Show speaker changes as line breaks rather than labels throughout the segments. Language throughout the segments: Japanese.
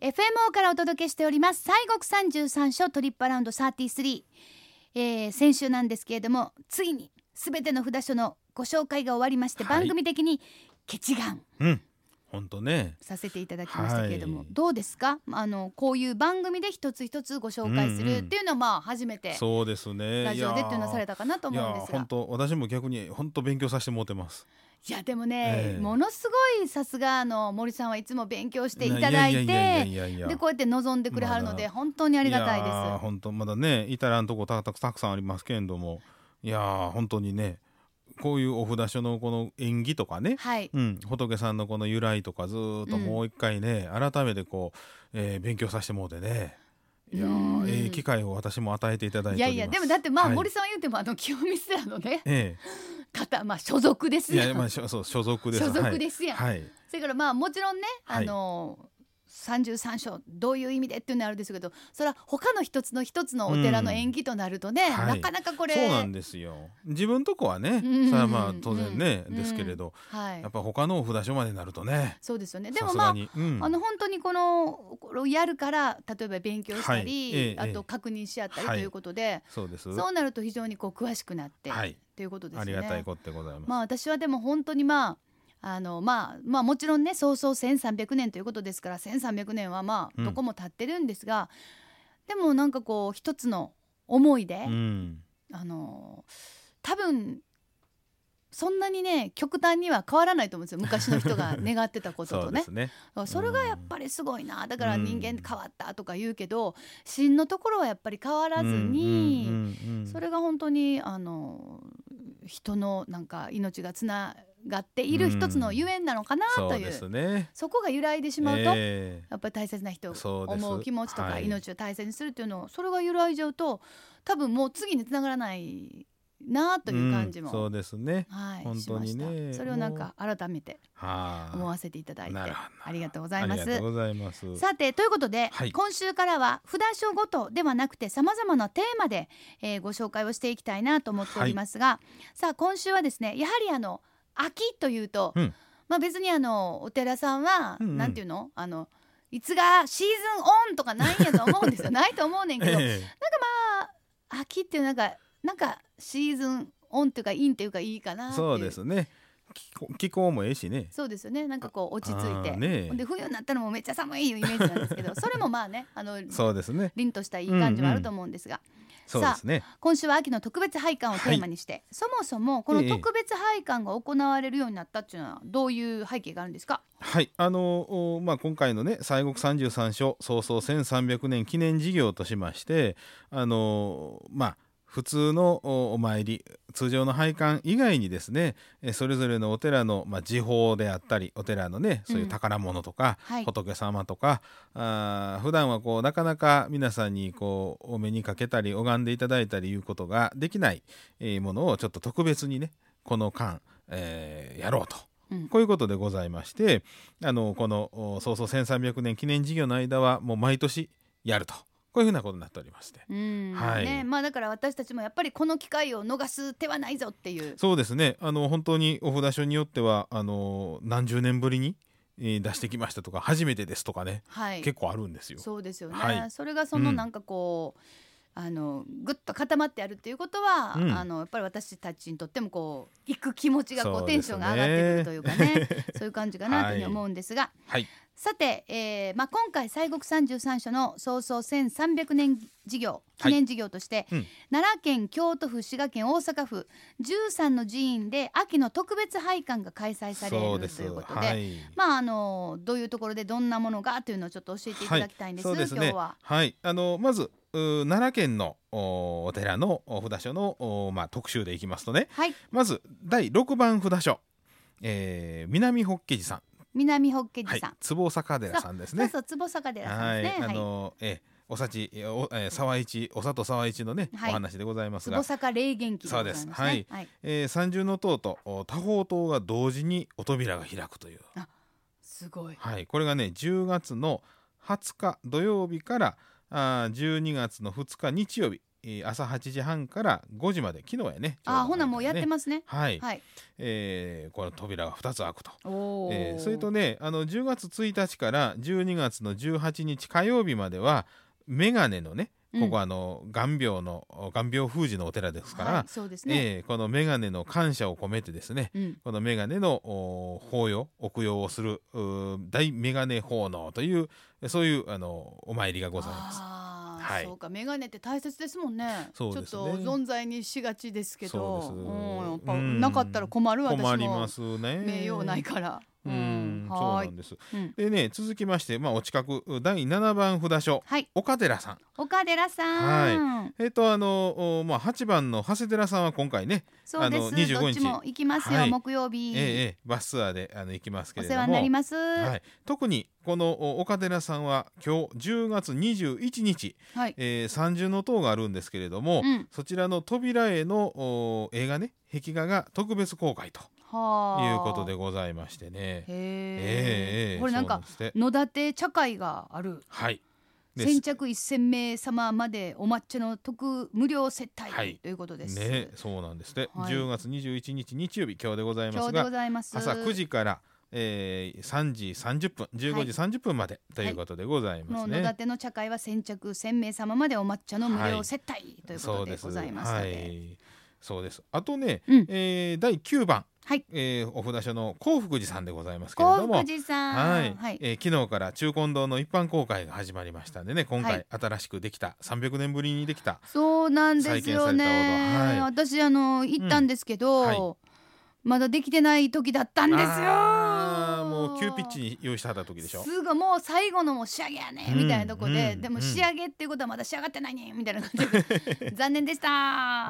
FMO からお届けしております西国三十三所トリップアラウンド33、えー、先週なんですけれどもついにすべての札所のご紹介が終わりまして、
はい
番組的にケチガン
うん本当ね
させていただきましたけれども、
はい
どうですかあのこういう番組で一つ一つご紹介す
うん
る
うん
っていうのはまあ初めて
そうですね
ラジオでっていうのはされ
た
たかなと思うんです
いや
が
本当私も逆に本当勉強させてもらってます
いやでもね、
ええ
ものすごいさすがあの森さんはいつも勉強していただい
や
て
やいやいやいや
でこうやって望んでくれはるので
まだ
本当にありがたいで
いやー
す。
本当まだね至らんとこたたたくさんありますけれどもいやー本当にねこういうお札所のこの演技とかね、
はい、
うん、仏さんのこの由来とかずーっと
うん
もう一回ね、改めてこう、えー勉強させてもうてねいや
うん
ーええ機会を私も与えていただい
い
てお
や
ります
いやでもだってまあ
はい
森さんは言うてもあの清水寺のね
え
方まあ所属です
えい
や
や
ん、
まあしょそう所属です
所属ですやん、
はい、はい
それからまあもちろんね、
はい
あの三十三章どういう意味でっていうのはあるんですけどそれは他の一つの一つのお寺の縁起となるとね、
うんは
な
い
かなかこれ
そうなんですよ自分とこはね、
うん
それはまあ当然ね、
うん
ですけれど、
はい
やっぱ他のお札所までなるとね
そうですよねで
さ
も
す
ま
が
あ
に、うん
あの本当にこのこれをやるから例えば勉強したり、
はいええ
あと確認し合ったり
は
と
い
いうことで、
そうです
そうなると非常にこう詳しくなって、
はい
ということですね。
ありがたいことでございます。
まあ私はでも本当にまああのまあまあもちろんねそうそう1,300年ということですから1,300年はま
う
あ
ん
どこも経ってるんですが、でもなんかこう一つの思いで、
うん、
あの多分そんなにね極端には変わらないと思うんですよ昔の人 が願ってたこと
そ
と
うで
ね
す。ね。
あそれがやっぱりすごいなだから
うん
人間変わったとか言うけど芯のところはやっぱり変わらず
うん
に
うんうん
それが本当にあの人のなんか命がつながっている一つのゆえんなのかなとい
そ
う
うですね。
そこが揺らいでしまうとや
え
っぱり大切な人を
そうです
思う気持ちとか
はい
命を大切にするっていうのをそれが揺らいじゃうと多分もう次につながらないな
え
という感じ
んそ
も
うですね。
はい
本
し
当
ま
に
し
ね
たそれをなんか改めて
は
思わせていただいて
なるほど
ありがとうござ
あ
い
り
ま
がと
す
う。ございます。
さてということで、
はい
今週からは札所ごとではなくてさまざまなテーマで、えーご紹介をしていきたいなと思っておりますが、さあ今週はですねやはりあの秋というと、
うん
まあ別にあのお寺さんは、
うんうん
なんていうのあのいつがシーズンオンとかないんやと思うん ですよないと思うねんけど、
ええ
秋っていうなんかなんかシーズンオンっていうかインっていうかいいかなっていう
そうですね。気候気候もええしね。
そうですよねなんかこう落ち着いて、
あーね
ほんで冬になったらもうめっちゃ寒いいうイメージなんですけどそれもまあねあの
そうですね。
凛としたいい感じはあると思うんですが、
そうですね。
今週は秋の特別拝観をテーマにして、そもそもこの
ええ
特別拝観が行われるようになったっていうのはどういう背景があるんですか、
はい、あのおまあ、今回のね西国三十三所創創1300年記念事業としましてあのまあ普通のおお参り通常の拝観以外にですねえそれぞれのお寺の、まあ、時報であったりお寺のねそういう宝物とか、
はい
仏様とかあー普段はこうなかなか皆さんにこうお目にかけたり拝んでいただいたりいうことができない、えーものをちょっと特別にねこの間、えーやろうと。
うん
こういうことでございましてあのこのおそうそう1300年記念事業の間はもう毎年やるとこういうふうなことになっておりまして
うん
はい
ねまあ、だから私たちもやっぱりこの機会を逃す手はないぞっていう
そうですねあの本当にお札所によってはあの何十年ぶりに、えー出してきましたとか初めてですとかね、
はい
結構あるんですよ。
そうですよね、
はい
それがその
うん
なんかこう、あのぐっと固まってやるっていうことは、
うん
あのやっぱり私たちにとってもこう行く気持ちがこ
そうう
テ
で
ン
す
ショ
ね
ンが上がってくるというかね そういう感じかなというふうに思うんですが、
はい、
さて、えーまあ、今回西国三十三所の創創1300年事業記念事業として、
うん
奈良県京都府滋賀県大阪府13の寺院で秋の特別拝観が開催され
そう
る
です
ということで。
はい
まああのどういうところでどんなものがというのをちょっと教えていただきたいんです,、
はいそうですね
今日は。
はい、あのまずうー奈良県のおお寺のお札所のお、まあ、特集でいきますとね
はい
まず第6番札所、えー南法華寺さん
南ホッケ
は
ジ
い
さん、、
坪坂寺さんです
そう
ね。
そう坪坂寺さ
は
ん
い、
ですね。
あ
はい
の、え、おさち、えお、え、沢一、お里沢一のね、
はい
お話でございます
坪
が。
坂霊元記でございます
そう
ね。
ですはい
はい、
えー、三重の塔とお多宝塔が同時にお扉が開くという。
すごい。
はい、これがね、10月の20日土曜日から。あー12月の2日日曜日えー朝8時半から5時まで昨日やね
あーほなもうやって
す
ますね
はい、
はい
えーこの扉が2つ開くと、
おお、
えーそれとねあの10月1日から12月の18日火曜日までは眼鏡のね
うん
ここはあの眼病の眼病封じのお寺ですから、
はい、そうですね、
えーこの眼鏡の感謝を込めてですね
うん
この眼鏡のお法要奥用をするうー大眼鏡奉納というそういうあのお参りがございます。
あー
はい
そうか、メガネって大切ですもんね。
そうですね
ちょっと存在にしがちですけど、
そうです
ん、やっぱ
うん
なかったら困る私も。
困りますね。
名誉ないから。
うん、そう
は
な
ーい
ん。です。
うん
でね続きまして、まあ、お近く第7番札所
はい、
岡寺さん。
岡寺さん。
えっ、とあのおまあ8番の長谷寺さんは今回ね、
そうで
あ
す。
の25
どっちも行きますよ、
はい
木曜
え
日、
えええバスツアーであの行きますけ
お
れども。
世話になります。
は、
はい
特にこのお岡寺さんは今日10月21日、
い。
えー、三重の塔があるんですけれども、
うん
そちらの扉絵のお映画ね壁画が特別公開と
はあ。
いうことで。ございましてね。
へえ
ええええ
これなんか
そうですね
野立茶会がある。
はい。で
先着1000名様までお抹茶の特無料接待、
はい
ということです。
ね、そうなんですね、
はい
10月21日日曜日今日でございま
今
す
日でご
が
ざいます。
朝9時から、えー、3時30分15時30分まで、ということでございま
の
す
野
ね。
立の茶会は先着1000名様までお抹茶の無料接待、ということでございますの
は
で
い、そうです。あとね、
うん
えー第9番、
はい
えーお札所の幸福寺さんでございますけれど
幸
も
福。寺さん
はい、えー昨日から中金堂の一般公開が始まりましたんでね今回、
はい
新しくできた300年ぶりにできた
そうなんですよね、
再建されたほ
私あの行ったんですけど、
うんは
まだできてない時だったんですよ
あーもう急ピッチに用意してはった時でしょ
すぐもう最後のもう仕上げやね、
うん
みたいなとこで、
うん
でも
うん
仕上げっていうことはまだ仕上がってないねみたいな感じ で残念でした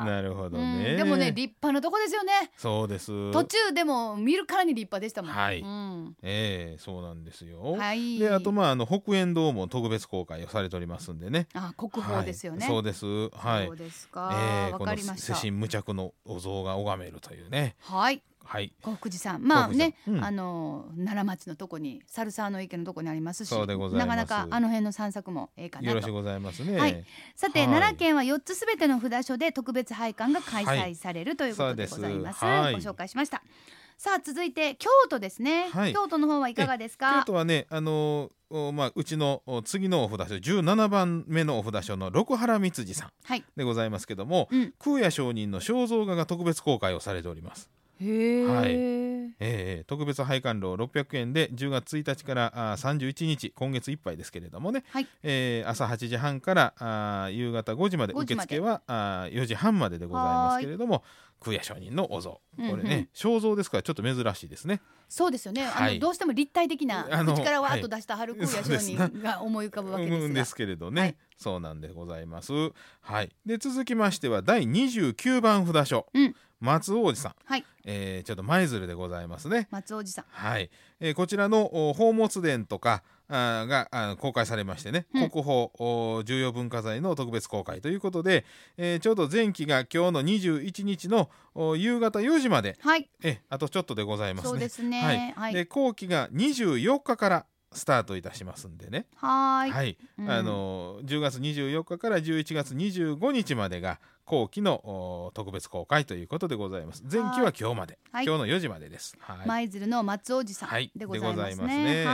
なるほどね、
うんでもね立派なとこですよね
そうです
途中でも見るからに立派でしたもん、
はい
うん
ええそうなんですよ、
はい。
であとまああの北円堂も特別公開をされておりますんでね
あ、国宝ですよね。
はいそうですはい
そうですか。わ、
ええ
かりまし
世
た。
神無着のお像が拝めるというね
はい、
はい
幸福寺さん、まあね、
幸福寺さんうん
あの奈良町のとこに、猿沢の池のとこにありますし。
そうでございます
なかなかあの辺の散策もええかな
よろしゅう
と。
ございますね、
はいさて、
はい
奈良県は4つすべての札所で特別拝観が開
は
催
い
されるということで
そ
ご
うです
ざいます。
はい
ご紹介しました。さあ続いて京都ですね、
はい
京都の方はいかがです
京
か。
都はね、あのーおまあ、うちのお次のお札所17番目のお札所の六原光次さん
はい。
でございますけども、
うん
空也上人の肖像画が特別公開をされております。
へえ、
はいええ特別拝観料600円で10月1日からあー31日今月いっぱいですけれどもね、
はい
ええ朝8時半からあー夕方5時まで
5時
受
まで
付はあー4時半まででございますけれども空也上人のお像これね、肖像ですからちょっと珍しいですね。
そうですよね、
は
あの
い
どうしても立体的な
あの
口からわーっと出した春子や商
はい
人が思い浮かぶわけですが、
うんですけれどね、
はい
そうなんでございます。はい、で続きましては第29番札所、
うん
松王子さん、
はい
えーちょっと舞鶴でございますね。
松尾寺さん
はい、えーこちらのお宝物殿とかあーがあー公開されましてね、
うん
国宝お重要文化財の特別公開ということで、えーちょうど前期が今日の21日のお夕方4時まで、
はい
えあとちょっとでございますね。
そうですね
は、
はいい
で後期が24日からスタートいたしますんでね。
はーい
はい、
うん
あの10月24日から11月25日までが後期のお特別公開ということでございます。前期は今日まで、
はい
今日の4時までです。はい、
舞鶴の松尾寺さ
はい
んでございますね,、
でございま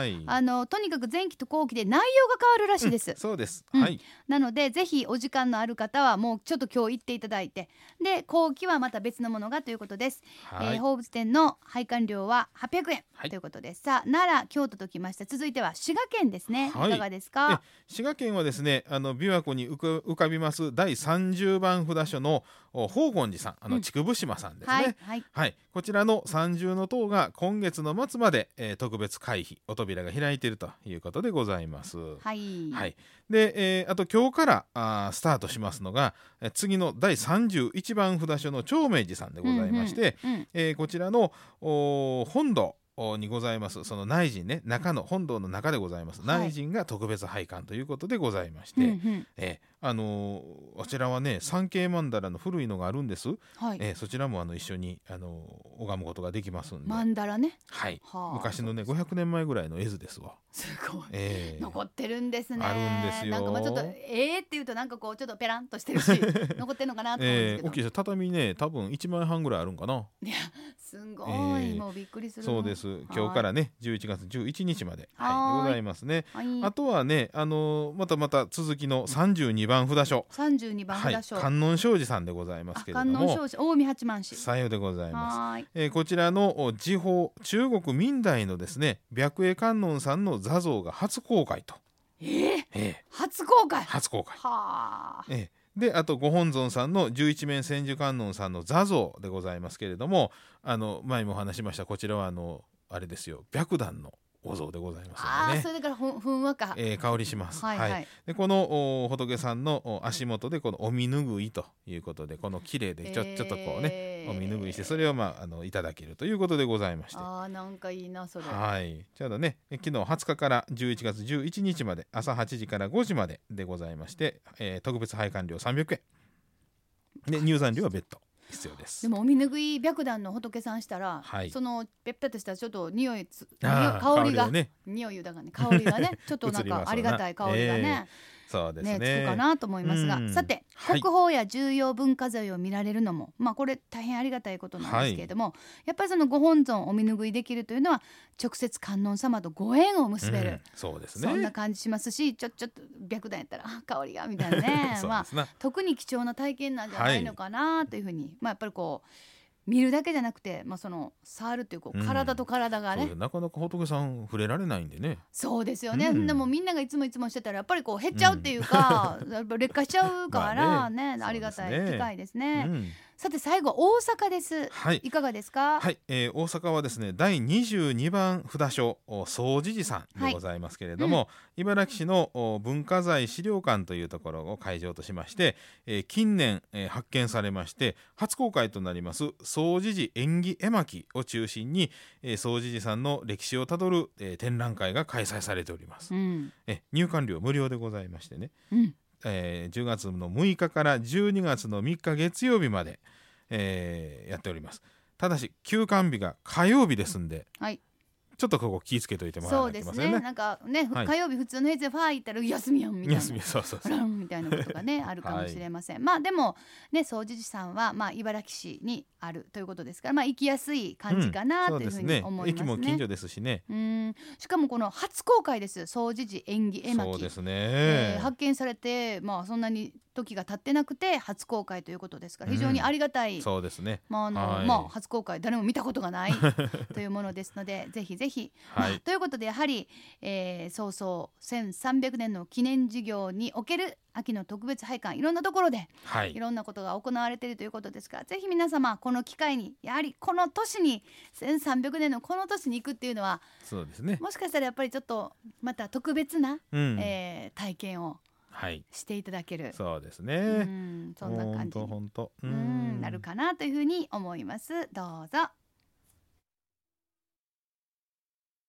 は
す
い
はい、
あのとにかく前期と後期で内容が変わるらしいです、
そうです。
うん
はい、
なのでぜひお時間のある方はもうちょっと今日行っていただいてで後期はまた別のものがということです、
は
えー
い、
放物店の配管料は800円、
はい
ということですさあ奈良京都ときました続いては滋賀県ですね、
はい
い、かがですか
滋賀県はですね、あの琵琶湖に浮か浮かびます第30番札所のお宝厳寺さん、あ
う
の
ん
筑部島さんですね。
はいはい
はい、こちらの三重の塔が今月の末まで、えー特別会費お扉が開いているということでございます。
はい、
はい、で、えーあと今日からあースタートしますのが、えー次の第31番札所の長明寺さんでございまして、
うんうん
えーこちらのおー本堂おーにございますその内陣ね中の本堂の中でございます、
はい
内陣が特別拝観ということでございまして、
うんうん
えあのあちらはね三景曼荼羅の古いのがあるんです、
はい。
えーそちらもあの一緒にあの拝むことができますんで、
マンダラね。
はい、
はあ
昔のね500年前ぐらいの絵図ですわ。
すごい。
えー
残ってるんですね。
あるんですよ
なんかまあちょっとええって言うとなんかこうちょっとペランとして るし残ってるのかなと思うんで
え
す
ー、大きい
けど。
です畳ね多分1枚半ぐらいあるんかな
すんご
え
い
ー
もうびっくりする。
そうで。す今日からね11月11日まで、
はー
はいい、でございますね
はい。
あとはねあのーまたまた続きの32番札所
三十二番
はい
札所。あ
観音庄司さんでございますけれど
観音
も
少子大見八幡市。
さようでございます、
はーい。
えーこちらのお時報中国明代のですね白衣観音さんの座像が初公開と、
ええ
え
初公開。
ー
は
初公開
あ。
ええ、であとご本尊さんの十一面千手観音さんの座像でございますけれどもあの前もお話ししましたこちらはあのあれですよ白檀のお像でございます
あ
の
あ
で
そ
ね、
れだからふんふんわか。
ええ香りします。
はいはい。
でこのお仏さんのお足元でこのお身ぬぐいということでこの綺麗でちょちょっとこうね、
ね
お身ぬぐいしてそれを、まあ、あのいただけるということでございまして。
ああなんかいいなそれ。
はい、ちょうどねえ昨日20日から11月11日まで朝8時から5時まででございまして、えー特別拝観料300円で入山料は別途必要で。
ですもお身ぬぐい白檀の仏さんしたら、
はい
そのペッタとしたらちょっと匂いつ匂
あ
い
ー
香りが
をね
匂いだからね香りが ねちょっとなん
移りま
か
すわな
ありがたい香りがね,、
そうです
ね
ね
つくかなと思いますが、
うん
さて
はい
国宝や重要文化財を見られるのも、まあこれ大変ありがたいことなんですけれども、やっぱりそのご本尊お身拭いできるというのは直接観音様とご縁を結べる、
うんそうですね
そんな感じしますしちょちょっと白檀やったらあ香りがみたいなね
そう
ま
で
あ
すな、
特に貴重な体験なんじゃないのかなというふうに、まあやっぱりこう見るだけじゃなくて、まあ、その触るというこう
うん
体と体がね、
そうですなかなか仏さん触れられないんでね
そうですよね、
うん
でもみんながいつもいつもしてたらやっぱりこう減っちゃうっていうか、 やっぱ劣化しちゃうから
まあ
ね,、あ
ね
りがた
そうです
い
ね
機会ですね
うん、
さて最後大阪です
はい
いかがですか、
はい、えー大阪はですね第22番札所お総持寺さんでございますけれども、茨城市のお文化財資料館というところを会場としまして、えー近年、えー発見されまして初公開となります総持寺縁起絵巻を中心に、えー、総持寺さんの歴史をたどる、えー展覧会が開催されております、
うん
え入館料無料でございましてね
うん、
えー10月の6日から12月の3日月曜日まで、えーやっておりますただし休館日が火曜日ですんで、
はい
ちょっとここ気ぃつけといてもら
そ
わ
う
なき
で
ゃいけますせん
ね
ね
なんかね、
はい
火曜日普通の平日でファー行ったら休みやんみたいな
休みそうそう
あ
そう
らみたいなことがねあるかもしれません、まあでもね総除寺さんはまあ茨城市にあるということですからまあ行きやすい感じかな
そ
と
う
い
で
うふう
す
に
ね
思いま
駅
すね,、う
も近所ですしね
んしかもこの初公開です総除寺演技絵
そ
巻
うですね、
えー発見されてまあそんなに時が経ってなくて初公開ということですから非常にありがたい、
そうですね
まああの
はい
まあ、初公開誰も見たことがないというものですの でぜひぜひ、
はい
ま あということでやはり、えー、早々1300年の記念事業における秋の特別拝観いろんなところで
はいい
ろんなことが行われているということですからぜひ皆様この機会にやはりこの年に1300年のこの年に行くっていうのは
そうですね
もしかしたらやっぱりちょっとまた特別な、
うん、
えー体験を
はい
していただける
そうです
う
ね
んそんな
ほ
感
ん
じ
と
に
ほんとう
うんなるかなというふうに思いますどうぞ